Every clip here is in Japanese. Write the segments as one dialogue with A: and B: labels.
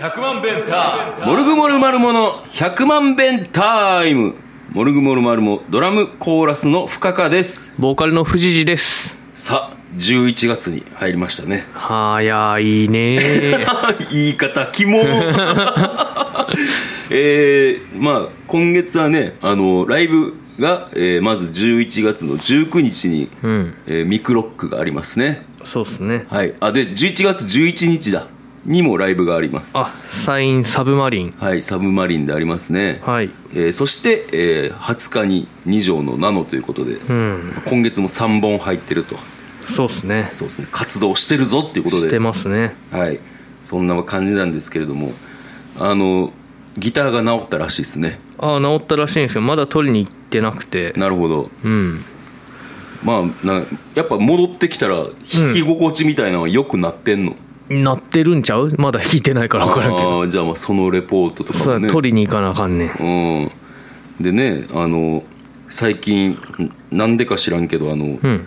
A: モルグモルマルモの100万弁タイムモルグモルマルモドラムコーラスの深川です
B: ボーカルの藤次です。
A: さあ11月に入りましたね
B: 早いねー
A: 言い方キモ えー、まあ今月はねあのライブが、えーまず11月の19日に、
B: うん。
A: えーミクロックがありますね
B: そうっすね。
A: はいあで11月11日だにもライブがあります
B: あ、サインサブマリン。
A: はいサブマリンでありますね
B: はい。
A: えーそして、えー20日に2畳のナノということで、
B: うん。
A: 今月も3本入ってると
B: そうっすね。
A: そうですね活動してるぞっていうこと
B: して
A: で、
B: ますね。
A: はい、そんな感じなんですけれどもあのギターが直ったらしいですね
B: あ、治ったらしいんですよ。まだ取りに行ってなくて。
A: なるほど
B: うん。
A: まあなやっぱ戻ってきたら弾き心地みたいなのは良くなってんの、
B: なってるんちゃうまだ弾いてないから分からんけど。
A: あーじゃあまあそのレポートと
B: そ
A: かも
B: う
A: ね
B: や、取りに行かなあかんねん。
A: うん、でねあの最近なんでか知らんけどあの、
B: うん。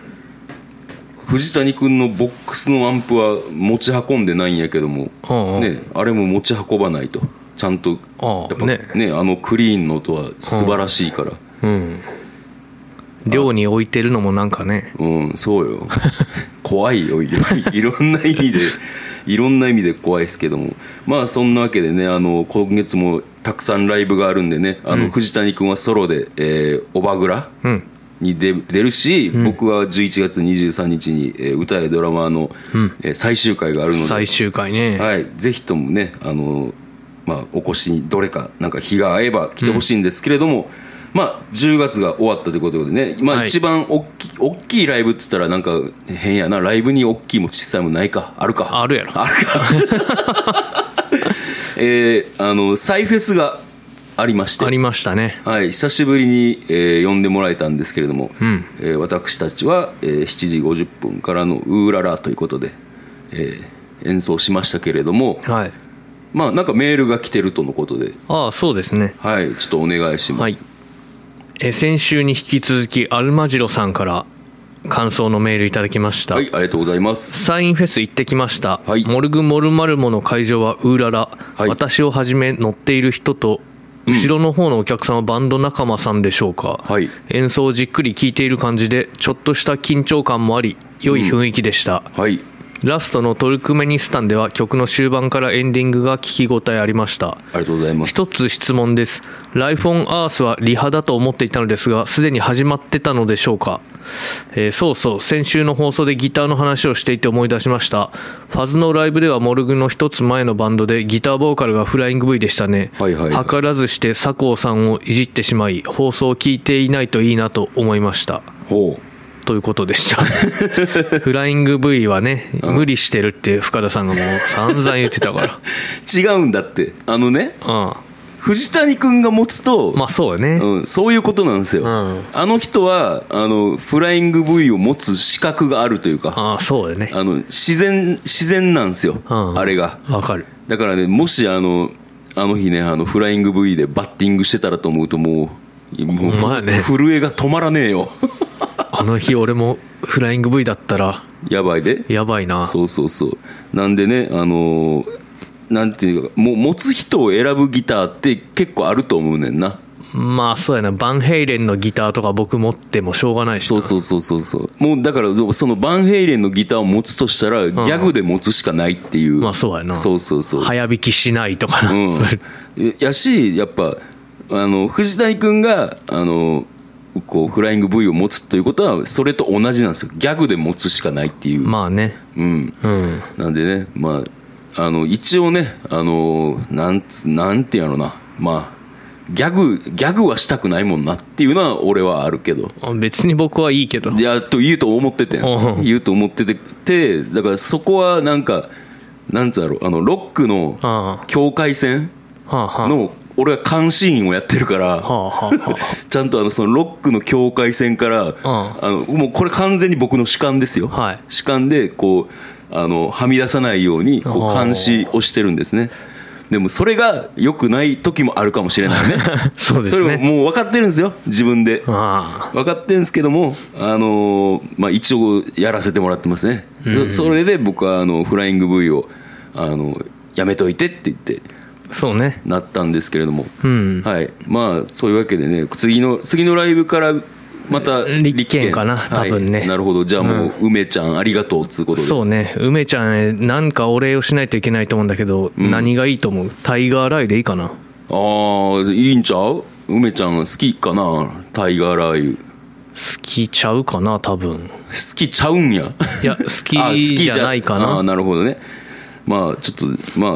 A: 藤谷君のボックスのアンプは持ち運んでないんやけども、
B: ああ。
A: ね、あれも持ち運ばないとちゃんとや
B: あ
A: っ
B: あ、
A: ぱ
B: ね
A: ね。あのクリーンの音は素晴らしいから、
B: うん。寮に置いてるのもなんかね。
A: うんそうよ 怖いよいろいろんな意味でいろんな意味で怖いですけどもまあそんなわけでねあの今月もたくさんライブがあるんでねあの藤谷君はソロで「えーオバグラ」
B: うん。
A: に出出るし、僕は11月23日に、えー歌やドラマーの、えー最終回があるので
B: 最終回ね。
A: はい、ぜひともね、あの、まあ、お越しにどれか、なんか日が合えば来てほしいんですけれども、まあ、10月が終わったということでね、まあ、
B: はい
A: 一番大き,、い、大きいライブっつったら、なんか変やな、ライブに大きいも小さいもないか、あるか。
B: あるやろ。
A: あるか。えーあの、サイフェスがありまして
B: あ、りましたね。
A: はい、久しぶりに、えー呼んでもらえたんですけれども、
B: ん
A: えー私たちは、えー7時50分からの「うーらら」ということで、えー演奏しましたけれども、
B: はい。
A: まあなんかメールが来てるとのことで、
B: ああ、そうですね。
A: はい、ちょっとお願いします。
B: はい。えー先週に引き続き、アルマジロさんから感想のメールいただきました。
A: はいありがとうございます。
B: サインフェス行ってきました。
A: はい
B: モルグモルマルモの会場はウーララ。
A: はい
B: 私をはじめ乗っている人と、後ろの方のお客さんはバンド仲間さんでしょうか。
A: はい、
B: 演奏をじっくり聴いている感じで、ちょっとした緊張感もあり、良い雰囲気でした。
A: はい、
B: ラストのトルクメニスタンでは曲の終盤からエンディングが聞き応えありました。
A: ありがとうございます。
B: 一つ質問です。Life on Earth はリハだと思っていたのですが、すでに始まってたのでしょうか、えーそうそう、先週の放送でギターの話をしていて思い出しました。ファズのライブではモルグの一つ前のバンドでギターボーカルがフライング V でしたね。
A: はいはいはい
B: 計らずして佐藤さんをいじってしまい、放送を聞いていないといいなと思いました。
A: ほ
B: ということ でした。フライング V はね、無理してるって深田さんがもう散々言ってた か
A: う違うんだってあのね
B: ら。
A: 藤谷君が持つと、
B: うん。まあそうよね。
A: うん、そういうことなんですよ、
B: うん
A: あの人はあのフライング V を持つ資格があるというか
B: ああ、そうよね。
A: あの自然自然なんですよ、
B: うん
A: あれが
B: わかる。
A: だからねもしあのあの日ねあのフライング V でバッティングしてたらと思うともうもう、
B: ほんまやね
A: 震えが止まらねえよ
B: あの日俺もフライング V だったら
A: やばいで
B: やばいな。
A: そうそうそうなんでねあのーなんていうかもう持つ人を選ぶギターって結構あると思うねんな
B: まあそうやな。バンヘイレンのギターとか僕持ってもしょうがないし
A: そ
B: な。
A: うそうそうそうそうもうだからそのバンヘイレンのギターを持つとしたらギャグで持つしかないっていう、
B: まあそうやな。
A: そうそうそう
B: 早弾きしないとかな。
A: う
B: そ れ
A: ん、やしやっぱあの藤谷君があのこうフライング V を持つということはそれと同じなんですよギャグで持つしかないっていう、
B: まあね。
A: うん、
B: うん。
A: なんでねまああの一応ねあのなんつなんてやろなまあギャグギャグはしたくないもんなっていうのは俺はあるけど
B: 別に僕はいいけど。
A: いやと言うと思っててん
B: うん
A: 言うと思ってててだからそこはなんかなんつうやろあのロックの
B: ああ。は
A: 境界線
B: あはあ。は
A: の俺は監視員をやってるから、
B: あはあは
A: ちゃんとあのそのロックの境界線から、あのもうこれ完全に僕の主観ですよ、
B: はい
A: 主観でこうあのはみ出さないようにこう
B: あー
A: 監視をしてるんですねでもそれが良くない時もあるかもしれないね
B: そうです
A: そ
B: ね
A: れをもう分かってるんですよ自分で
B: あ
A: 分かってるんですけども、あのーまあ、一応やらせてもらってますね、そそれで僕はあのフライング V をあのやめといてって言って
B: あそうね
A: なったんですけれども、
B: うん
A: はいまあそういうわけでね次の次のライブからまた
B: 立憲かな多分ね
A: はいなるほどじゃあもう梅ちゃんありがとうっつうことで
B: そうね梅ちゃんへ何かお礼をしないといけないと思うんだけど、何がいいと思うタイガーライでいいかな
A: ああいいんちゃう梅ちゃん好きかなタイガーラー油
B: 好きちゃうかな多分
A: 好きちゃうんや
B: いや好きじゃないか
A: あー
B: な
A: なるほどねまあちょっとまあ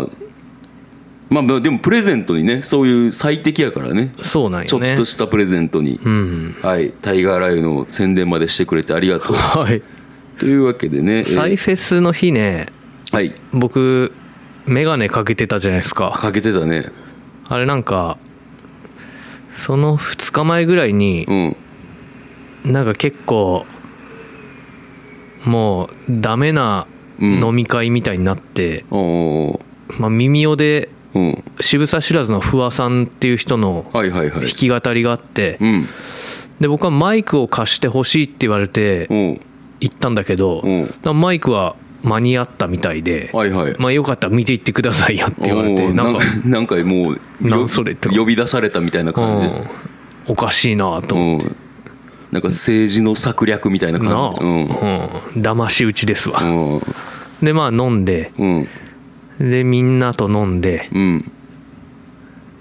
A: まあまあでもプレゼントにねそういう最適やからね
B: そうなん
A: ちょ
B: よ
A: っ
B: ね
A: としたプレゼントに、
B: うん
A: はいタイガーライの宣伝までしてくれてありがとう
B: はい
A: というわけでね、えー
B: サイフェスの日ね
A: はい
B: 僕眼鏡かけてたじゃないですか
A: かけてたね
B: あれなんかその2日前ぐらいに
A: うん
B: なんか結構もうダメな
A: うん
B: 飲み会みたいになって、
A: おお
B: まあ、耳おで
A: うん
B: 渋沢知らずの不破さんっていう人の
A: はいはいはい
B: 弾き語りがあって
A: うん
B: で僕はマイクを貸してほしいって言われて
A: うん
B: 行ったんだけど
A: うん
B: だからマイクは間に合ったみたいで
A: はいはい
B: まあよかったら見ていってくださいよって言われ
A: お
B: て
A: ー
B: なんか
A: なんかなんかもう
B: なんそれって
A: 呼び出されたみたいな感じで
B: うん、おかしいなと思っ
A: うんなんか政治の策略みたいな
B: てなあ
A: 感じうん
B: うん騙し討ちですわ、
A: うん
B: でまあ飲んで
A: うん
B: でみんなと飲んで
A: うん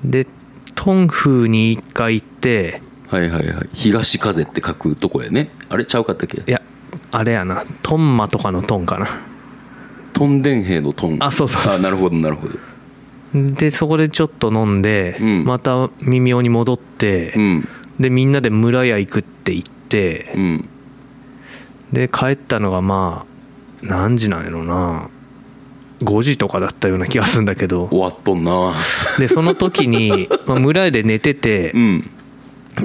B: でトンフーに一回行って
A: はいはいはい東風って書くとこやねあれちゃうかったっけ
B: いやあれやなトンマとかのトンかな
A: トンデン兵のトン
B: あそうそうそう
A: あなるほどなるほど
B: でそこでちょっと飲んで、
A: うん
B: また耳尾に戻って、
A: うん
B: でみんなで村屋行くって言って、
A: うん
B: で帰ったのがまあ何時なんやろな5時とかだったような気がするんだけど
A: 終わっとんな
B: でその 時に、まあ、村屋で寝てて
A: う、ん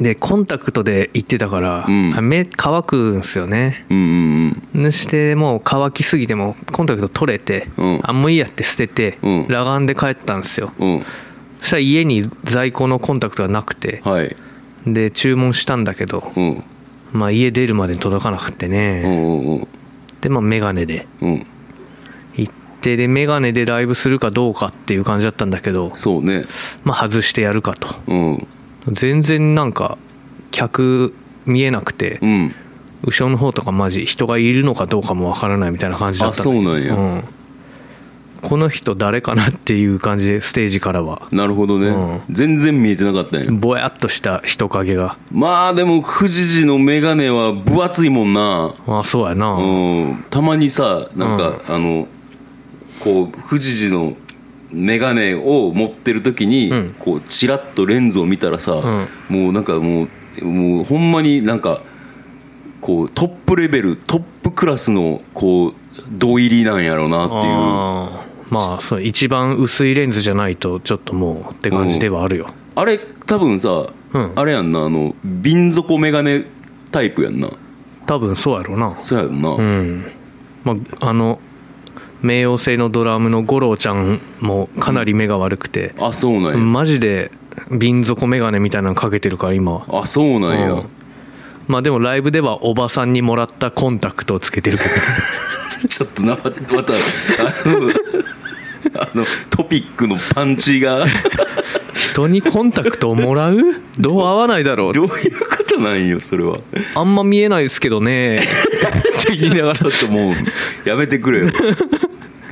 B: でコンタクトで行ってたから、
A: うん
B: あ目乾くんすよね
A: うんうん
B: そしてもう乾きすぎてもコンタクト取れて、
A: うん
B: あもういいやって捨てて、
A: うん
B: 裸眼で帰ったんですよ
A: うんうん
B: そしたら家に在庫のコンタクトがなくて
A: はい
B: で注文したんだけど、
A: うん
B: まあ、家出るまでに届かなくて
A: う
B: ね、
A: んうんうん
B: でまあ眼鏡で
A: うん
B: 行ってで眼鏡でライブするかどうかっていう感じだったんだけど
A: そうね
B: まあ外してやるかと
A: うん
B: 全然なんか客見えなくて、
A: うん
B: 後ろの方とかマジ人がいるのかどうかもわからないみたいな感じだった
A: あそうなんや
B: うんこの人誰かなっていう感じでステージからは
A: なるほどね、
B: う
A: 全然見えてなかったんや
B: ぼやっとした人影が
A: まあでも富士寺のメガネは分厚いもんな、
B: ああそうやな、
A: うん、たまにさなんか、あのこう富士寺のメガネを持ってる時に、
B: うん
A: こうチラッとレンズを見たらさ、
B: ん
A: もうなんかもうもうほんまになんかこうトップレベルトップクラスのこう胴入りなんやろうなっていう
B: あーまあそう一番薄いレンズじゃないとちょっともうって感じではあるよ、
A: あれ多分さ、
B: うん
A: あれやんなあの瓶底メガネタイプやんな
B: 多分そうやろうな
A: そうやんな、
B: うんまああの冥王星のドラムの五郎ちゃんもかなり目が悪くて、
A: あそうなんや、
B: マジで瓶底眼鏡みたいなのかけてるから今
A: あそうなんや、
B: うんまあでもライブではおばさんにもらったコンタクトをつけてる け ど
A: ちょっとなまたまたあのあのトピックのパンチが
B: 人にコンタクトをもらうどう合わないだろう
A: どういうことなんよそれは
B: あんま見えないですけど ねって言いながら
A: ちょっともうやめてくれよ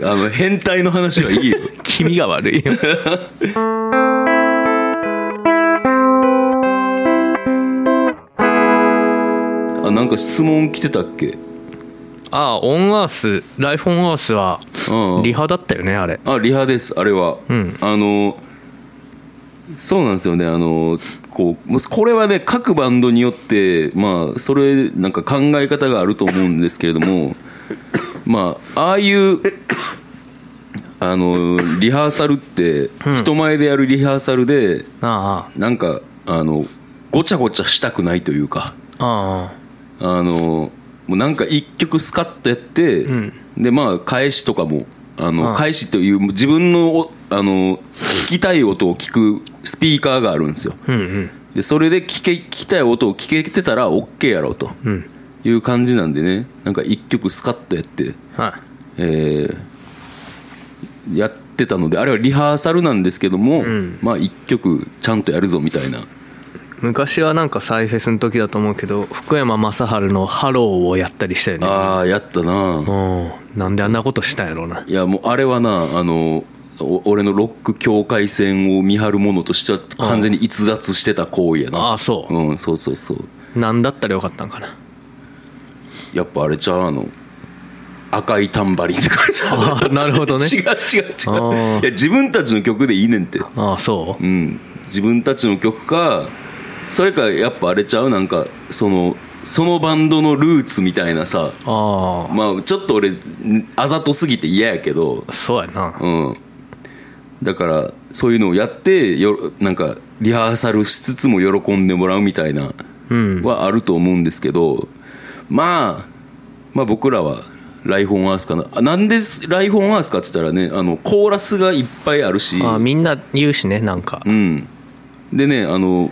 A: あの変態の話はいいよ
B: 気味が悪いよ
A: あなんか質問来てたっけ
B: ああオンアースライフオンアースは
A: うん
B: リハだったよねあれ
A: あリハですあれは、
B: ん
A: あのそうなんですよねあのこうもうこれはね各バンドによってまあそれなんか考え方があると思うんですけれどもまあああいうあのリハーサルって人前でやるリハーサルで
B: あ
A: なんかあのごちゃごちゃしたくないというか
B: ああ
A: あのもうなんか一曲スカッとやって、
B: ん
A: でまあ返しとかもあの
B: ああ
A: 返しという自分のおあの聞きたい音を聞くスピーカーがあるんですよ
B: うんうん
A: でそれで聞け聞きたい音を聞けてたら OK やろうと
B: うん
A: いう感じなんでねなんか一曲スカッとやって、
B: はい
A: えーやってたのであれはリハーサルなんですけども、まあ一曲ちゃんとやるぞみたいな
B: 昔はなんかサイフェスの時だと思うけど福山雅治の「ハロー」をやったりしたよね
A: ああやったな
B: うんなんであんなことしたんやろうない
A: やもうあれはなあのお俺のロック境界線を見張るものとしては完全に逸脱してた行為やな、
B: ああそう
A: ん、そうそうそう
B: なんだったらよかったんかな
A: やっぱあれちゃうあの赤いタンバリンって感じ
B: ああなるほどね
A: 違う違う違
B: あ
A: ういや自分たちの曲でいいねんって
B: ああそ
A: うん自分たちの曲かそれかやっぱあれちゃうなんかそのそのバンドのルーツみたいなさ
B: うあ
A: まあちょっと俺あざとすぎて嫌やけど
B: あそうやな
A: うんだからそういうのをやってよなんかリハーサルしつつも喜んでもらうみたいな
B: うん
A: はあると思うんですけど、まあ、まあ僕らはライフォンアースかな。あなんでライフォンアースかって言ったらね、あの、コーラスがいっぱいあるし、
B: ああみんな言うしねなんか
A: うん。でね、あの、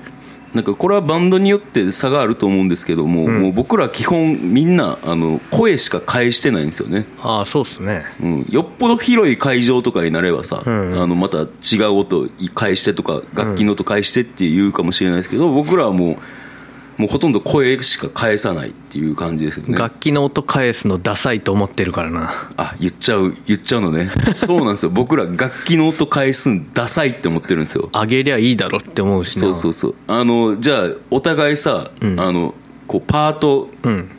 A: なんかこれはバンドによって差があると思うんですけども、もう僕ら基本みんな、あの、声しか返してないんですよね。
B: ああそうっすね
A: うん、よっぽど広い会場とかになればさ、
B: ん
A: あのまた違う音返してとか楽器の音返してって言うかもしれないですけど、僕らはもうもうほとんど声しか返さないっていう感じですよね
B: 楽器の音返すのダサいと思ってるからな
A: あ言っちゃう言っちゃうの ねそうなんですよ僕ら楽器の音返すんダサいって思ってるんですよ
B: あげりゃいいだろって思うしな
A: そうそうそうあのじゃあお互いさ、あのこうパート
B: うん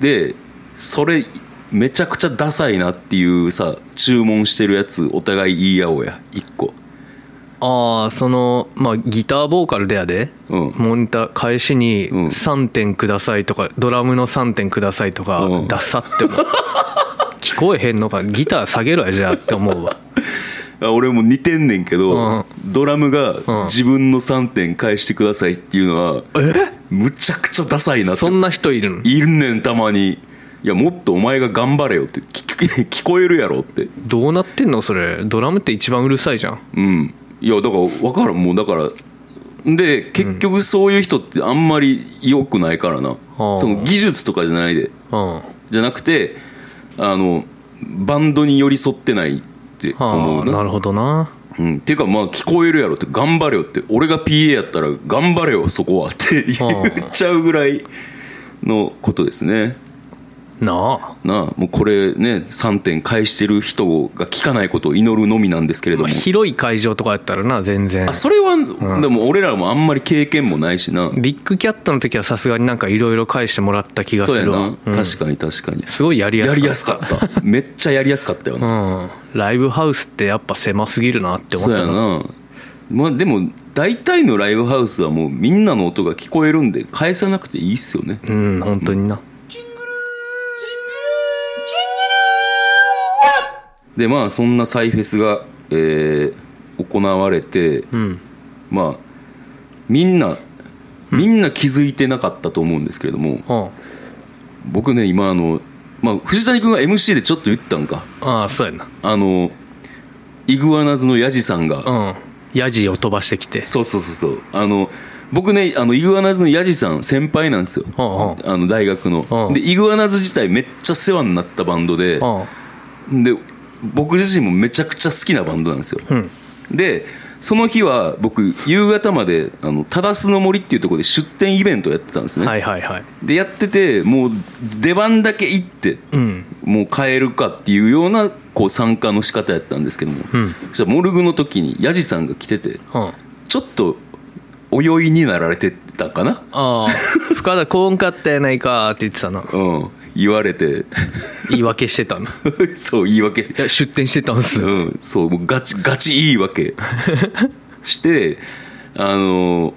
A: でそれめちゃくちゃダサいなっていうさ注文してるやつお互い言い合おうや一個
B: ああそのまあギターボーカルでやで、
A: うん
B: モニター返しに
A: うん
B: 3点くださいとか、ドラムの3点くださいとか、
A: うん
B: ダサって思う 聞こえへんのかギター下げろやじゃあって思うわ
A: あ俺も似てんねんけど、ドラム
B: ん
A: が自分の3点返してくださいっていうのは、むちゃくちゃダサいなって
B: そんな人いるの
A: いるねんたまにいやもっとお前が頑張れよって聞く聞 こえるやろって
B: どうなってんのそれドラムって一番うるさいじゃん
A: うんいやだから分からんもうだからで結局そういう人ってあんまり良くないからな、
B: あー
A: その技術とかじゃないで
B: うん
A: じゃなくてあのバンドに寄り添ってないって思
B: はあ
A: うな
B: なるほどな
A: うん、ていうかまあ聞こえるやろって頑張れよって俺が PA やったら頑張れよそこはって言っちゃうぐらいのことですね
B: なあ
A: なあもうこれね3点返してる人が聞かないことを祈るのみなんですけれども、
B: 広い会場とかやったらな全然
A: あそれは、でも俺らもあんまり経験もないしな
B: ビッグキャットの時はさすがになんかいろいろ返してもらった気がす
A: そうや
B: る
A: な、
B: わうん
A: 確かに確かに
B: すごいやりやす
A: や
B: かっ
A: り
B: た
A: やすか っためっちゃやりやすかったよな、
B: うん、ライブハウスってやっぱ狭すぎるなって思
A: そう
B: った
A: や
B: な
A: なまあでも大体のライブハウスはもうみんなの音が聞こえるんで返さなくていいっすよね
B: うん本当にな
A: でまあそんなサイフェスが、えー行われて、
B: うん
A: まあみんなみんな気づいてなかったと思うんですけれども、
B: うん
A: 僕ね今あの、まあ、藤谷君が MC でちょっと言ったんか
B: ああそうやな
A: あのイグアナズのヤジさんが、
B: うんヤジを飛ばしてきて
A: そうそうそうそうあの僕ねあのイグアナズのヤジさん先輩なんですよ、
B: うん
A: あの大学の、
B: うん
A: でイグアナズ自体めっちゃ世話になったバンドで、
B: うんうん
A: で僕自身もめちゃくちゃ好きなバンドなんですよ、
B: うん
A: でその日は僕夕方まであのタダスの森っていうところで出店イベントをやってたんですね、
B: はいはいはい
A: でやっててもう出番だけ行って
B: うん
A: もう帰るかっていうようなこう参加の仕方やったんですけども、
B: うん
A: そしたらモルグの時にヤジさんが来てて
B: うん
A: ちょっと泳いになられてたかな
B: ああ深田こうかったやないかって言ってたな
A: うん言われて
B: 言い訳してたのい
A: そう言い訳
B: や出店してたんす
A: うん、 そう、もうガチ、ガチいいわ け。して、あの、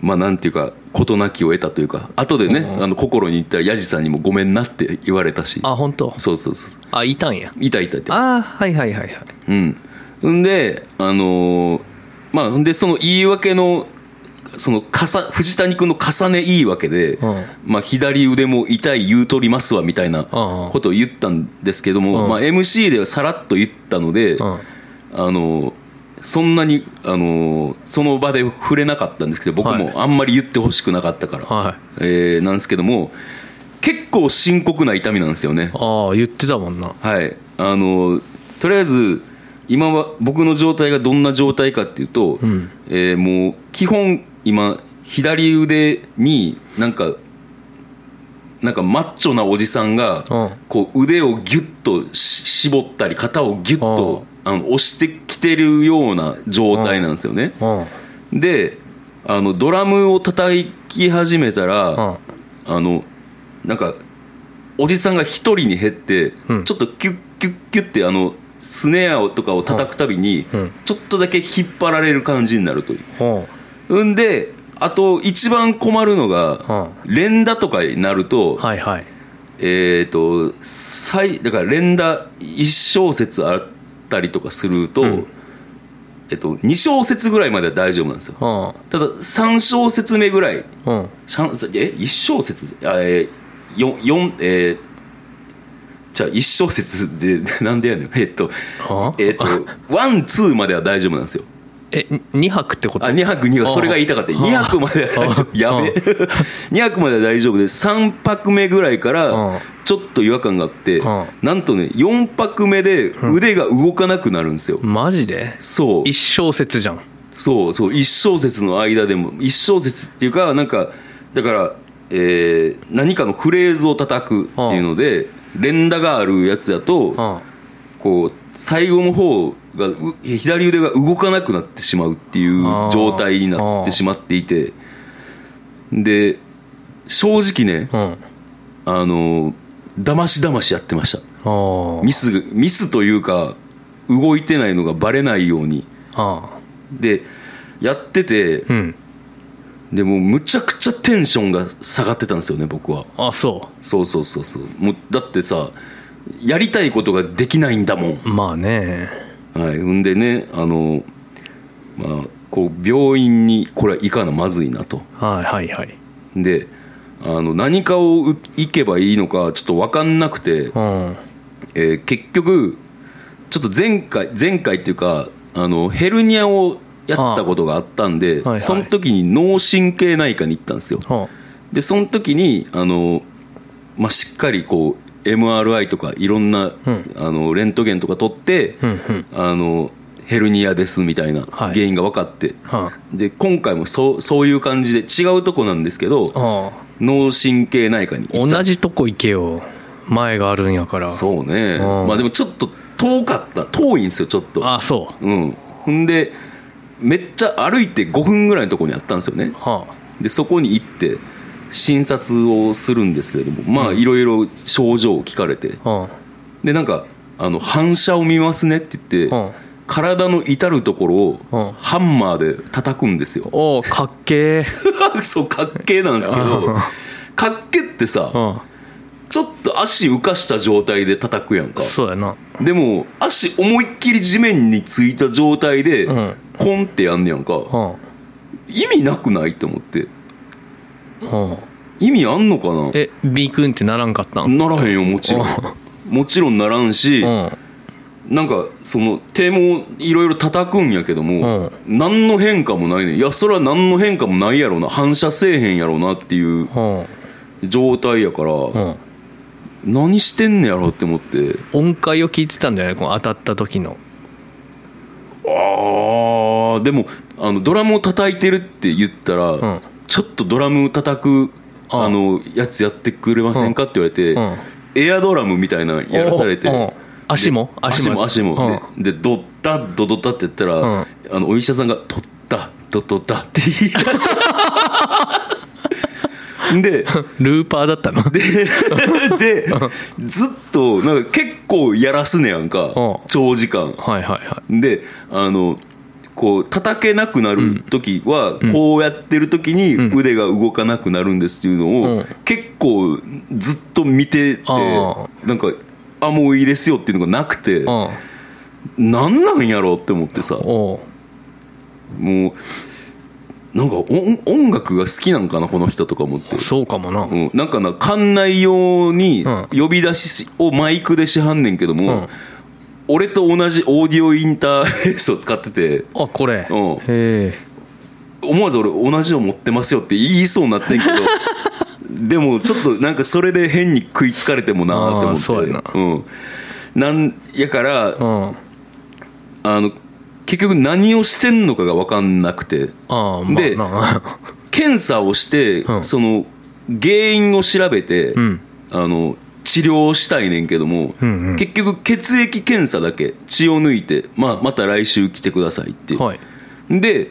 A: まあ、なんていうか、事なきを得たというか、後でね、あの、心に言ったら、ヤジさんにもごめんなって言われたし。
B: あ本当
A: そうそうそう。
B: あいたんや
A: いたいたいた。
B: ああはいはいはいはい
A: うん。んで、あのまあ、んで、その言い訳の、その、かさ、藤谷君の重ねいいわけで、
B: うん
A: まあ、左腕も痛い言うとりますわ、みたいな
B: うんうん
A: ことを言ったんですけども、
B: うん
A: まあ、MC ではさらっと言ったので、
B: うん
A: あのそんなに、あのーその場で触れなかったんですけど僕
B: はい
A: もあんまり言ってほしくなかったから、
B: はい
A: えーなんですけども結構深刻な痛みなんですよね
B: ああ言ってたもんな
A: はいあのーとりあえず今は僕の状態がどんな状態かっていうと、
B: ん
A: えーもう基本今左腕になんかなんかマッチョなおじさんが
B: うん
A: こう腕をギュッとし絞ったり肩をギュッとあの押してきてるような状態なんですよね。
B: うん
A: であのドラムを叩き始めたら、
B: うん
A: あのなんかおじさんが一人に減って、
B: うん
A: ちょっとキュッキュッキュッってあのスネアとかを叩くたびに、
B: うんうん
A: ちょっとだけ引っ張られる感じになるという。
B: うん
A: んであと一番困るのが、連打とかになると、
B: はいはい
A: えー、と最だから連打1小節あったりとかすると,、
B: ん
A: えっと2小節ぐらいまでは大丈夫なんですよ
B: うん
A: ただ3小節目ぐらい
B: うん
A: しゃんえ1小節あえー、4, 4えーじゃあ1小節で なんでやねんえっと
B: あ
A: えっ とワンツーまでは大丈夫なんですよ
B: え二泊ってこと
A: あ2泊2
B: あ
A: 泊
B: あ
A: それが言いたかった
B: ああ
A: 2泊までは大丈夫や
B: ああ
A: べ2泊までは大丈夫で3泊目ぐらいか
B: ああ
A: らちょっと違和感があって
B: ああ
A: なんとね4泊目で腕が動かなくなるんですよ
B: マジで
A: そう
B: 一小節じゃん
A: そうそう1小節の間でも1小節っていうかなんかだからえー何かのフレーズを叩くっていうので連打があるやつだ
B: う
A: と
B: ん
A: こう最後の方がう左腕が動かなくなってしまうっていう状態になってしまっていてで正直ね
B: うん
A: あのだましだましやってました
B: あ
A: ミスがミスというか動いてないのがバレないように
B: あ
A: でやってて
B: うん
A: でもうむちゃくちゃテンションが下がってたんですよね僕は
B: あそ
A: そうそうそうそうもうだってさやりたいことができないんだもん
B: うまあね
A: はいほんでねあのまあこう病院にこれは行かなまずいなと
B: はいはいはい
A: であの何かをう行けばいいのかちょっと分かんなくて
B: う、ん
A: えー結局ちょっと前回前回っていうかあのヘルニアをやったことがあったんで、
B: あはいはい
A: その時に脳神経内科に行ったんですよ
B: うん
A: でその時にあの、まあ、しっかりこう MRI とかいろんな、
B: うん
A: あのレントゲンとか取って、
B: うんうん
A: あのヘルニアですみたいな
B: はい
A: 原因が分かって、
B: は
A: で今回もそうそういう感じで違うとこなんですけど
B: あ
A: 脳神経内科に行った
B: 同じとこ行けよ前があるんやから
A: そうね、
B: うん
A: まあでもちょっと遠かった遠いんですよちょっと
B: あそ
A: うんほんでめっちゃ歩いて5分ぐらいのとこにあったんですよね
B: うは
A: でそこに行って診察をするんですけれどもまあいろいろ症状を聞かれて
B: あうん
A: でなんかあの反射を見ますねって言って、
B: うん
A: 体の至るところ
B: うん
A: をハンマーで叩くんですよ、
B: おうかっけえ
A: そうかっけえなんですけ
B: うん
A: どかっけって
B: う
A: さ
B: ん
A: ちょっと足浮かした状態で叩くやんか
B: そうやな
A: でも足思いっきり地面についた状態で、
B: うん
A: コンってやんねやん
B: う
A: か
B: ん
A: 意味なくないと思って
B: うん
A: 意味あんのかな
B: えビークンってならんかったん
A: ならへんよもちろんもちろんならんし、
B: うん
A: なんかその手もいろいろ叩くんやけども、何の変化もないねんいやそれは何の変化もないやろうな反射せえへんやろうなっていう
B: うん
A: 状態やから、
B: うん
A: 何してんねやろって思って
B: 音階を聞いてたんじゃないこの当たった時の
A: ああでもあのドラムを叩いてるって言ったら、
B: ん
A: ちょっとドラム叩く
B: あ
A: あのやつやってくれませんかって言われて、
B: うん
A: エアドラムみたいなのやらされて、
B: おうおう足も
A: で足も足もででドッタッドドッタってやったら、
B: うん
A: あのお医者さんが「ドッタドドッタ」って言い出したで
B: うんルーパーだったの で
A: でずっとなんか結構やらすねやんか、
B: うん
A: 長時間
B: はいはいは
A: であのこう叩けなくなる時は、こうやってる時に腕が動かなくなるんですっていうのを、
B: うん
A: 結構ずっと見てて
B: あ
A: なんか「あもういいですよ」っていうのがなくて。
B: いうん
A: なんなんやろうって思ってさも
B: おう
A: うなんか音音楽が好きなんかなこの人とか思って、
B: そうかもな
A: うん、なんかな館内用に
B: うん
A: 呼び出しをマイクでしはんねんけども、俺と同じオーディオインターフェースを使ってて、
B: あこれ、
A: うん
B: へえ
A: 思わず俺同じの持ってますよって言いそうになってんけど、 でもちょっとなんかそれで変に食いつかれてもなーって思って。
B: あーそうやな
A: うん。なんやから、
B: うんあ
A: あの、結局何をしてんのかが分かんなくて、
B: あまあ
A: で
B: な
A: 検査をして、
B: うん
A: その、原因を調べて、
B: うん
A: あの、治療をしたいねんけども、
B: うんうん
A: 結局血液検査だけ、血を抜いて、まあ、また来週来てくださいって。
B: はい
A: で、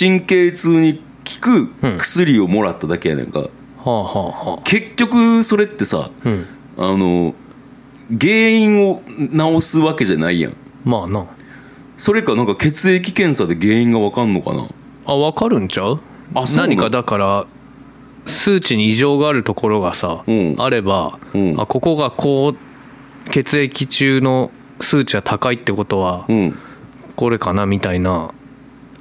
A: 神経痛に効く薬をもらっただけやねんか。
B: はあはあは
A: 結局、それってさ、
B: あうん
A: あの、原因を治すわけじゃないやん。
B: まあな
A: それかなんか血液検査で原因がわかんのかな
B: あ分かるんちゃう
A: あそうなの
B: 何かだから数値に異常があるところがさ、
A: うん
B: あれば、
A: うん
B: あここがこう血液中の数値が高いってことは
A: うん。
B: これかなみたいな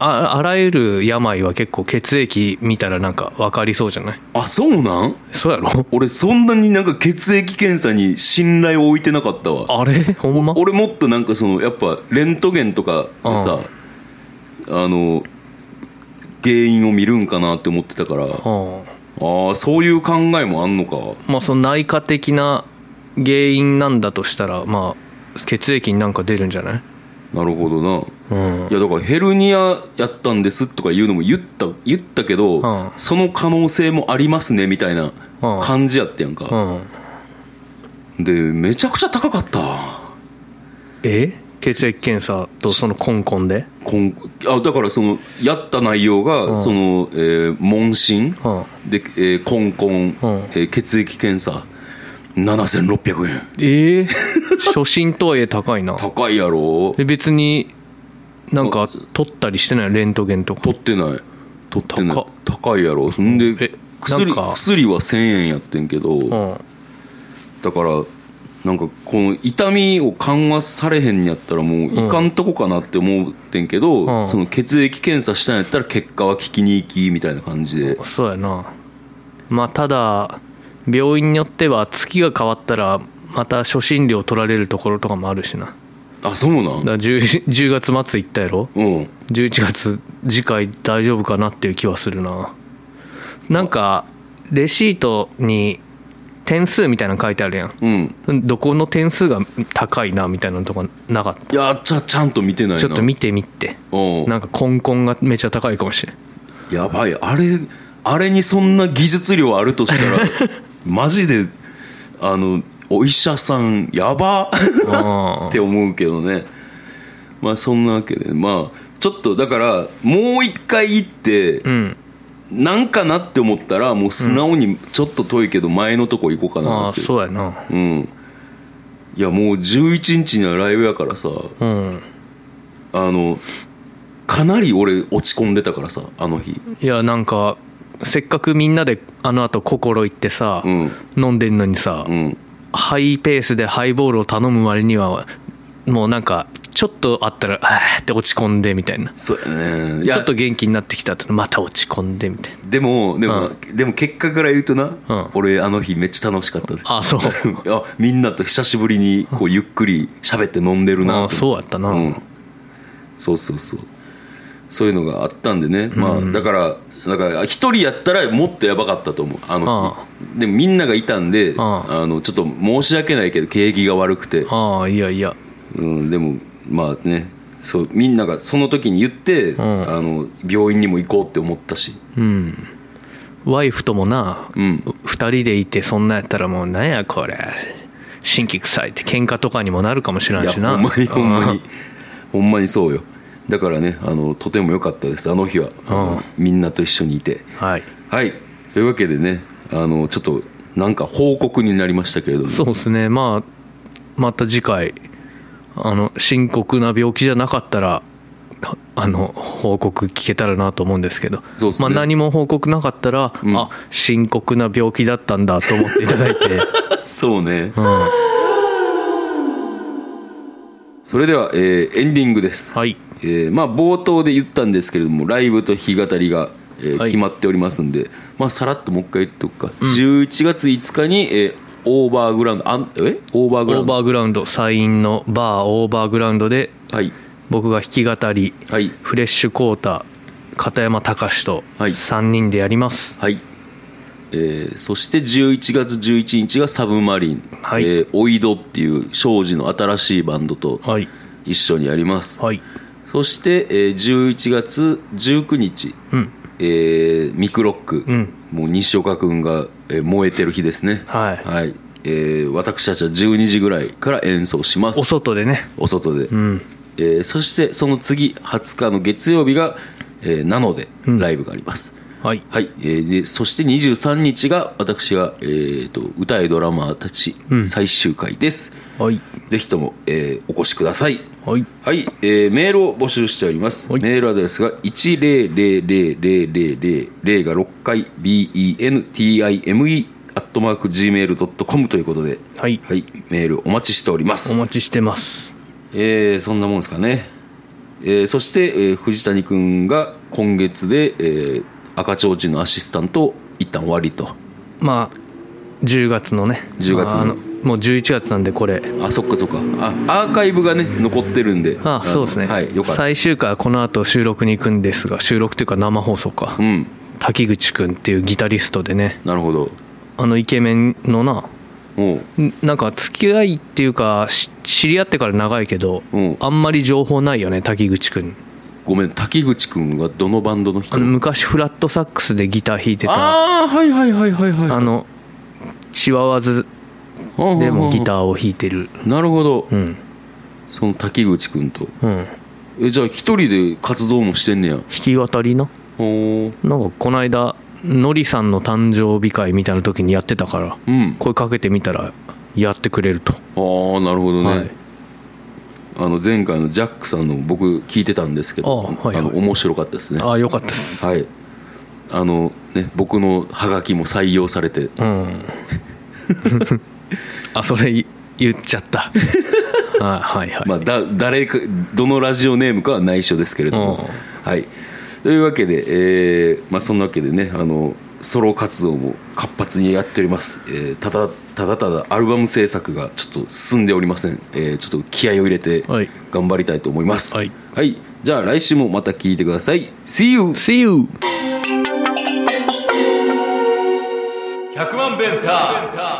B: ああらゆる病は結構血液見たらなんか分かりそうじゃない
A: あ、そうなん
B: そうや ろ
A: 俺そんなになんか血液検査に信頼を置いてなかったわ
B: あれほんま
A: 俺もっとなんかそのやっぱレントゲンとかでさあの原因を見るんかなって思ってたからあ
B: うん
A: あそういう考えもあんのか
B: まあその内科的な原因なんだとしたらまあ血液になんか出るんじゃない
A: なるほどな
B: うん
A: いやだからヘルニアやったんですとか言うのも言った言ったけど、
B: うん
A: その可能性もありますねみたいな
B: うん
A: 感じやってやん
B: う
A: か、
B: ん
A: でめちゃくちゃ高かった
B: え血液検査とそのコンコンで
A: こんあだからそのやった内容が、
B: ん
A: その、えー問診、
B: うん
A: で、えーコンコン、えー血液検査7600円
B: え え初心とはいえ高いな
A: 高いやろ
B: え別になんか取ったりしてないレントゲンとか
A: 取ってない取ってない
B: 高っ
A: 高いやろんで
B: え
A: 薬
B: なんか
A: 薬は1000円やってんけど、
B: うん
A: だからなんかこの痛みを緩和されへんにやったらもういかんとこかなって思ってんけど、
B: うん
A: その血液検査したんやったら結果は聞きに行きみたいな感じで
B: そうやなまあただ病院によっては月が変わったらまた初診料取られるところとかもあるしなだか
A: あそうなん
B: ら 10, 10月末行ったやろ
A: うん
B: 11月次回大丈夫かなっていう気はするななんかレシートに点数みたいなの書いてあるやん
A: うん
B: どこの点数が高いなみたいなのとかなかった
A: いやちゃちゃんと見てないな
B: ちょっと見てみって
A: うん
B: なんかコンコンがめちゃ高いかも しれん
A: やばいあれあれにそんな技術量あるとした らマジであのお医者さんやば
B: あ
A: って思うけどねまあそんなわけでまあちょっとだからもう一回行って、
B: ーうん
A: なんかなって思ったらもう素直にちょっと遠いけど前のとこ行こうか
B: あ
A: な
B: あ
A: って、
B: そうやな
A: うんいやもう11日にはライブやからさ
B: うん
A: あのかなり俺落ち込んでたからさあの日
B: いやなんかせっかくみんなであのあと心行ってさ、
A: うん
B: 飲んでんのにさ、
A: うん
B: ハイペースでハイボールを頼む割にはもうなんかちょっとあったらあーって落ち込んでみたいな
A: そうやねい
B: ち
A: や
B: ょっと元気になってきた後また落ち込んでみたい
A: でもでも、でも結果から言うとな、
B: ん
A: 俺あの日めっちゃ楽しかった で
B: なああそう
A: あみんなと久しぶりにこうゆっくり喋って飲んでるな
B: ああ
A: と
B: そうやったな、
A: うん、そうそうそうそういうのがあったんでね、まあだからだから一人やったらもっとやばかったと思うあの
B: あ
A: でもみんながいたんで
B: あ
A: あのちょっと申し訳ないけど景気が悪くて、
B: ああいやいや
A: うん、でもまあねそうみんながその時に言って、
B: ん
A: あの病院にも行こうって思ったし
B: うんワイフともな、
A: うん
B: 二人でいてそんなんやったらもうなんやこれ神気臭いって喧嘩とかにもなるかもしれんし
A: ほ
B: な
A: んまにほんまにほんまにそうよだからねあのとても良かったですあの日は、あのみんなと一緒にいて
B: うんはい
A: はい。というわけでね、あの、ちょっと、なんか報告になりましたけれども。
B: そうですねまあまた次回あの深刻な病気じゃなかったらああの報告聞けたらなと思うんですけど
A: そうっすね
B: まあ、何も報告なかったら、
A: ん
B: あ深刻な病気だったんだと思っていただい て
A: そうね。それでは、えーエンディングです。
B: はい
A: えーまあ、冒頭で言ったんですけれども、ライブと日語りが、えー
B: はい
A: 決まっておりますんで、まあ、さらっともう一回言っとくか。11月5日に、えーオーバーグラウンドあんえオーバーグラウ
B: オー
A: ンド
B: バーグラウンドサインのバーオーバーグラウンドで
A: はい
B: 僕が弾き語り
A: はい
B: フレッシュコータ片山隆と
A: はい
B: 3人でやります、
A: はい、えーそして11月11日がサブマリン、
B: はい
A: えーおいどっていう庄司の新しいバンドと
B: はい
A: 一緒にやります、
B: はい
A: そして、えー11月19日、
B: うん
A: えーミクロック、
B: うん
A: もう西岡君が、えー燃えてる日ですね
B: はい
A: はいえー私たちは12時ぐらいから演奏します
B: お外でね
A: お外で、えーそしてその次20日の月曜日が、えーなのでライブがあります、
B: はい
A: はい、えーでそして23日が私が、えー、と歌いドラマーたち最終回です、
B: はい
A: ぜひとも、えーお越しください
B: はい
A: はい、えーメールを募集しております、
B: はい
A: メールアドレスが1000000が6回 bentime アットマーク gmail.com ということで、
B: はい
A: はい、メールお待ちしております
B: お待ちしてます
A: えーそんなもんですかね、えーそして、えー藤谷くんが今月で、えー赤ちょうちんのアシスタントを一旦終わりと
B: まあ10月のね
A: 10月の
B: まああのもう11月なんでこれ
A: あそっかそっかあアーカイブがね残ってるんで
B: あ
A: あの
B: そうですね、
A: はいよかった
B: 最終回はこの後収録に行くんですが収録というか生放送か、
A: うん
B: 滝口くんっていうギタリストでね
A: なるほど
B: あのイケメンのな
A: おうん
B: なんか付き合いっていうかし知り合ってから長いけど、
A: うん
B: あんまり情報ないよね滝口くん
A: ごめん滝口くんはどのバンドの人
B: あの昔フラットサックスでギター弾いてたあ
A: ああはいはいはいはいはい
B: のチワワズでもギターを弾いてる
A: ーなるほど、
B: うん
A: その滝口くんと
B: うん
A: えじゃあ一人で活動もしてんねや
B: 弾き語りな
A: おー
B: なんかこの間のりさんの誕生日会みたいな時にやってたから
A: うん
B: 声かけてみたらやってくれると
A: ああなるほどね、
B: はい
A: あの前回のジャックさんの僕聞いてたんですけど
B: あはいはい
A: の面白かったですね
B: ああよかったです
A: はいあのね僕のハガキも採用されて
B: うんあそれ言っちゃった あはいはい、
A: まあだ誰かどのラジオネームかは内緒ですけれどもはいというわけで、えーまあ、そんなわけでねあのソロ活動も活発にやっております、えーただただただアルバム制作がちょっと進んでおりません、えーちょっと気合を入れて
B: はい
A: 頑張りたいと思います
B: はい、
A: はい、じゃあ来週もまた聞いてください See you!
B: See you!
C: 100万ベンター